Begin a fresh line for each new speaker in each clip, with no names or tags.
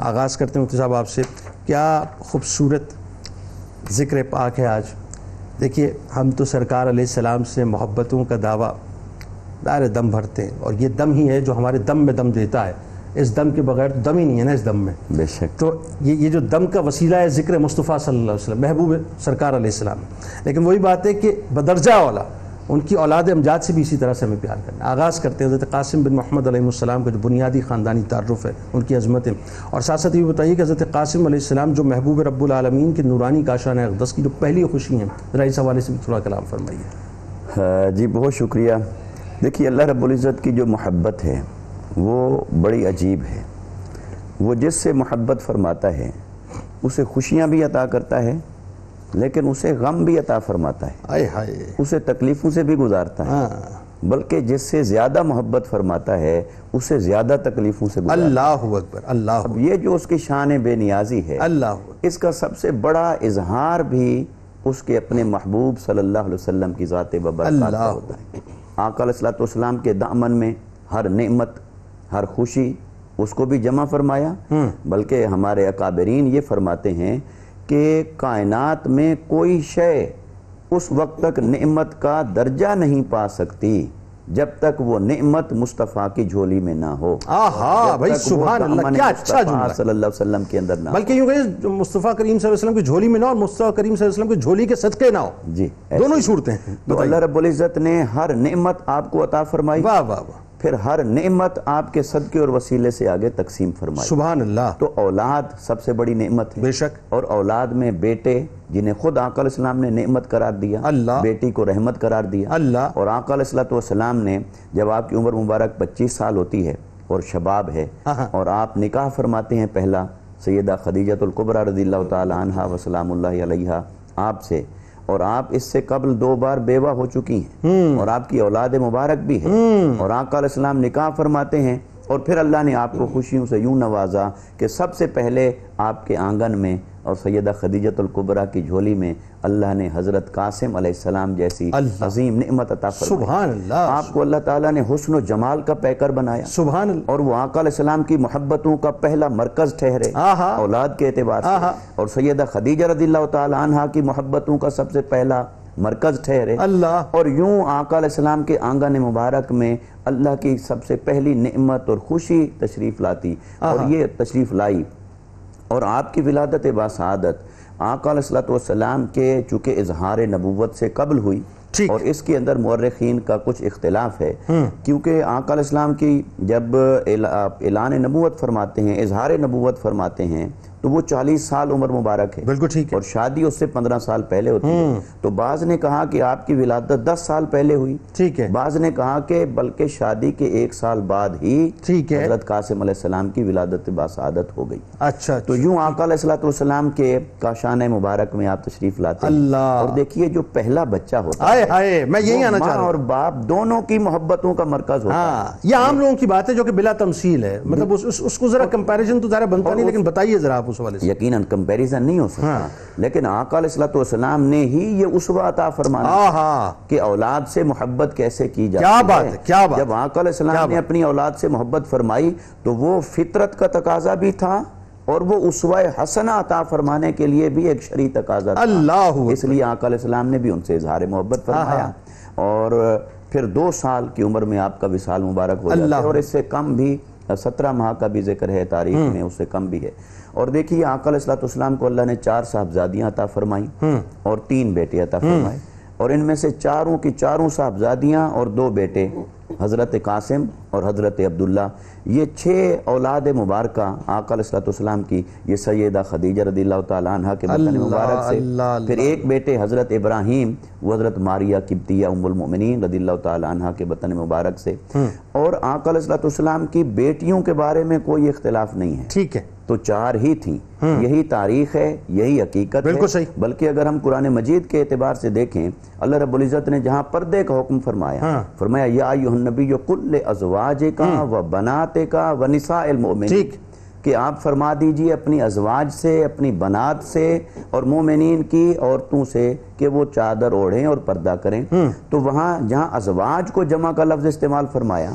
آغاز کرتے ہیں مفتی صاحب آپ سے کیا خوبصورت ذکر پاک ہے آج دیکھیے ہم تو سرکار علیہ السلام سے محبتوں کا دعویٰ دار دم بھرتے ہیں اور یہ دم ہی ہے جو ہمارے دم میں دم دیتا ہے اس دم کے بغیر تو دم ہی نہیں ہے نا اس دم میں
بے شک
تو یہ یہ جو دم کا وسیلہ ہے ذکر مصطفیٰ صلی اللہ علیہ وسلم محبوب سرکار علیہ السلام لیکن وہی بات ہے کہ بدرجہ والا ان کی اولاد امجاد سے بھی اسی طرح سے ہمیں پیار کرنا ہے۔ آغاز کرتے ہیں حضرت قاسم بن محمد علیہ السلام کا جو بنیادی خاندانی تعارف ہے ان کی عظمتیں اور ساتھ ساتھ یہ بھی بتائیے کہ حضرت قاسم علیہ السلام جو محبوب رب العالمین کی نورانی کاشان اقدس کی جو پہلی خوشی ہیں ذرا اس حوالے سے بھی تھوڑا کلام فرمائیے
آ، جی بہت شکریہ دیکھیے اللہ رب العزت کی جو محبت ہے وہ بڑی عجیب ہے وہ جس سے محبت فرماتا ہے اسے خوشیاں بھی عطا کرتا ہے لیکن اسے غم بھی عطا فرماتا ہے
آئے ہائے
اسے تکلیفوں سے بھی گزارتا ہے
ہاں
بلکہ جس سے زیادہ محبت فرماتا ہے اسے زیادہ تکلیفوں سے گزارتا ہے
اللہ اکبر اللہ
اب یہ جو اس کی شان بے نیازی ہے
اللہ
اس کا سب سے بڑا اظہار بھی اس کے اپنے محبوب صلی اللہ علیہ وسلم کی ذات ببرکات
اللہ
کا ہوتا ہے آقا علیہ الصلوۃ والسلام کے دامن میں ہر نعمت ہر خوشی اس کو بھی جمع فرمایا بلکہ ہمارے اکابرین یہ فرماتے ہیں کہ کائنات میں کوئی شے اس وقت تک نعمت کا درجہ نہیں پا سکتی جب تک وہ نعمت مصطفیٰ کی جھولی میں نہ ہو
آہا
جب
بھائی
تک وہ
سبحان اللہ
دامن
کیا اچھا
مصطفیٰ
جملہ ہے
صلی اللہ علیہ وسلم کے اندر نہ ہو
بلکہ یوں کہ جو مصطفیٰ کریم صلی اللہ علیہ وسلم کی جھولی میں نہ ہو اور مصطفیٰ کریم صلی اللہ علیہ وسلم کی جھولی کے صدقے نہ ہو
جی
دونوں ہی صورتیں ہیں
تو اللہ رب العزت نے ہر نعمت آپ کو عطا فرمائی
واہ واہ واہ
پھر ہر نعمت آپ کے صدقے اور وسیلے سے آگے تقسیم فرمائی
سبحان اللہ
تو اولاد سب سے بڑی نعمت ہے
بے شک
اور اولاد میں بیٹے جنہیں خود آقا علیہ السلام نے نعمت قرار دیا
اللہ
بیٹی کو رحمت قرار دیا
اللہ
اور آقا علیہ السلام والسلام نے جب آپ کی عمر مبارک پچیس سال ہوتی ہے اور شباب ہے
ہاں۔
اور آپ نکاح فرماتے ہیں پہلا سیدہ خدیجت القبرہ رضی اللہ تعالی عنہ وسلام اللہ علیہ آپ سے اور آپ اس سے قبل دو بار بیوہ ہو چکی ہیں اور آپ کی اولاد مبارک بھی ہے اور آقا علیہ السلام نکاح فرماتے ہیں اور پھر اللہ نے آپ کو خوشیوں سے یوں نوازا کہ سب سے پہلے آپ کے آنگن میں اور سیدہ خدیجت القبرہ کی جھولی میں اللہ نے حضرت قاسم علیہ السلام جیسی
اللہ
عظیم نعمت عطا فرمائی
سبحان اللہ
آپ کو اللہ تعالیٰ نے حسن و جمال کا پیکر بنایا
سبحان اللہ
اور وہ آقا علیہ السلام کی محبتوں کا پہلا مرکز ٹھہرے
آہا۔
اولاد کے اعتبار سے
آہا۔
اور سیدہ خدیجہ رضی اللہ تعالی عنہ کی محبتوں کا سب سے پہلا مرکز ٹھہرے
اللہ
اور یوں آقا علیہ السلام کے آنگن مبارک میں اللہ کی سب سے پہلی نعمت اور خوشی تشریف لاتی اور یہ تشریف لائی اور آپ کی ولادت باسعادت آقا علیہ الصلوۃ والسلام کے چونکہ اظہار نبوت سے قبل ہوئی اور اس کے اندر مورخین کا کچھ اختلاف ہے کیونکہ آقا علیہ السلام کی جب اعلا- آپ اعلان نبوت فرماتے ہیں اظہار نبوت فرماتے ہیں تو وہ چالیس سال عمر مبارک ہے
بالکل ٹھیک ہے
اور شادی اس سے پندرہ سال پہلے ہوتی ہے تو بعض نے کہا کہ آپ کی ولادت دس سال پہلے ہوئی
ٹھیک ہے
بعض نے کہا کہ بلکہ شادی کے ایک سال بعد ہی
ٹھیک ہے
حضرت قاسم علیہ السلام کی ولادت باسعادت ہو گئی
اچھا
تو یوں آقا علیہ السلام والسلام کے کاشان مبارک میں آپ تشریف لاتے ہیں
اللہ
اور دیکھیے جو پہلا بچہ ہوتا
آئے ہائے میں یہی
وہ
آنا
ماں
چاہ رہا ہوں
اور باپ دونوں کی محبتوں کا مرکز ہوتا ہے
ہاں یہ عام لوگوں کی بات ہے جو کہ بلا تمثیل ہے مطلب اس- اس اس کو ذرا کمپیریزن تو ذرا بنتا نہیں لیکن بتائیے ذرا آپ اس حوالے سے
یقیناً کمپیریزن نہیں ہو
ہاں۔
سکتا لیکن آقا علیہ السلام والسلام نے ہی یہ اسوہ عطا فرمانا
آہا
کہ اولاد سے محبت کیسے کی جاتی
کیا بات ہے، کیا بات
جب آقا علیہ السلام نے اپنی اولاد سے محبت فرمائی تو وہ فطرت کا تقاضا بھی تھا اور وہ اسوہ حسنہ عطا فرمانے کے لیے بھی ایک شرعی تقاضا تھا
اللہ
اس لیے آقا علیہ السلام نے بھی ان سے اظہار محبت
ہاں،
فرمایا اور پھر دو سال کی عمر میں آپ کا وصال مبارک ہو جاتا ہے اور اس سے کم بھی سترہ ماہ کا بھی ذکر ہے تاریخ میں اس سے کم بھی ہے اور دیکھیے آقا علیہ السلام اسلام کو اللہ نے چار صاحبزادیاں عطا فرمائیں اور تین بیٹے عطا فرمائے اور ان میں سے چاروں کی چاروں صاحبزادیاں اور دو بیٹے حضرت قاسم اور حضرت عبداللہ یہ چھ اولاد مبارکہ آقا علیہ السلام کی یہ سیدہ خدیجہ رضی اللہ تعالیٰ عنہ کے بطن مبارک سے
اللہ
پھر ایک بیٹے حضرت ابراہیم وہ حضرت ماریہ قبطیہ ام المؤمنین رضی اللہ تعالی عنہ کے بطن مبارک سے اور آقا علیہ الصلوۃ والسلام کی بیٹیوں کے بارے میں کوئی اختلاف نہیں ہے
ٹھیک ہے
تو چار ہی تھیں یہی تاریخ ہے یہی حقیقت
بالکل صحیح۔
بلکہ اگر ہم قرآن مجید کے اعتبار سے دیکھیں اللہ رب العزت نے جہاں پردے کا حکم فرمایا
ہاں۔
فرمایا یا ایوہ النبی قل ازواج کا و بنات کا و نساء المؤمنین
ٹھیک۔
کہ آپ فرما دیجئے اپنی ازواج سے اپنی بنات سے اور مومنین کی عورتوں سے کہ وہ چادر اوڑھیں اور پردہ کریں تو وہاں جہاں ازواج کو جمع کا لفظ استعمال فرمایا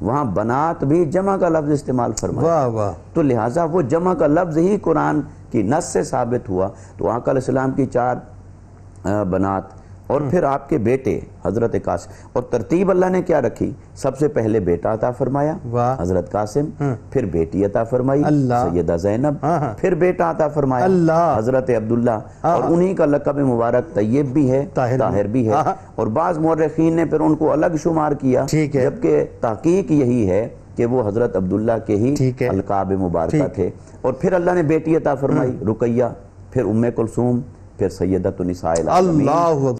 وہاں بنات بھی جمع کا لفظ استعمال فرمایا
واہ واہ
تو لہٰذا وہ جمع کا لفظ ہی قرآن کی نس سے ثابت ہوا تو آقا علیہ السلام کی چار آ، بنات اور پھر آپ کے بیٹے حضرت قاسم اور ترتیب اللہ نے کیا رکھی سب سے پہلے بیٹا عطا فرمایا
واہ۔
حضرت قاسم پھر بیٹی عطا فرمائی
ہاں۔ اللہ۔
سیدہ زینب
ہاں ہاں۔
پھر بیٹا عطا فرمایا
اللہ۔ ہاں،
حضرت عبداللہ اور انہی کا لقب مبارک طیب بھی ہے
طاہر بھی۔
طاہر بھی ہے
ہاں۔
اور بعض مورخین نے پھر ان کو الگ شمار کیا
ٹھیک ہے۔
جبکہ تحقیق یہی ہے کہ وہ حضرت عبداللہ کے ہی
ٹھیک ہے۔
القاب مبارکہ تھے اور پھر اللہ نے
ہاں۔
بیٹی عطا فرمائی رقیہ پھر ام کلثوم پھر سیدت نساء العالمین
اللہ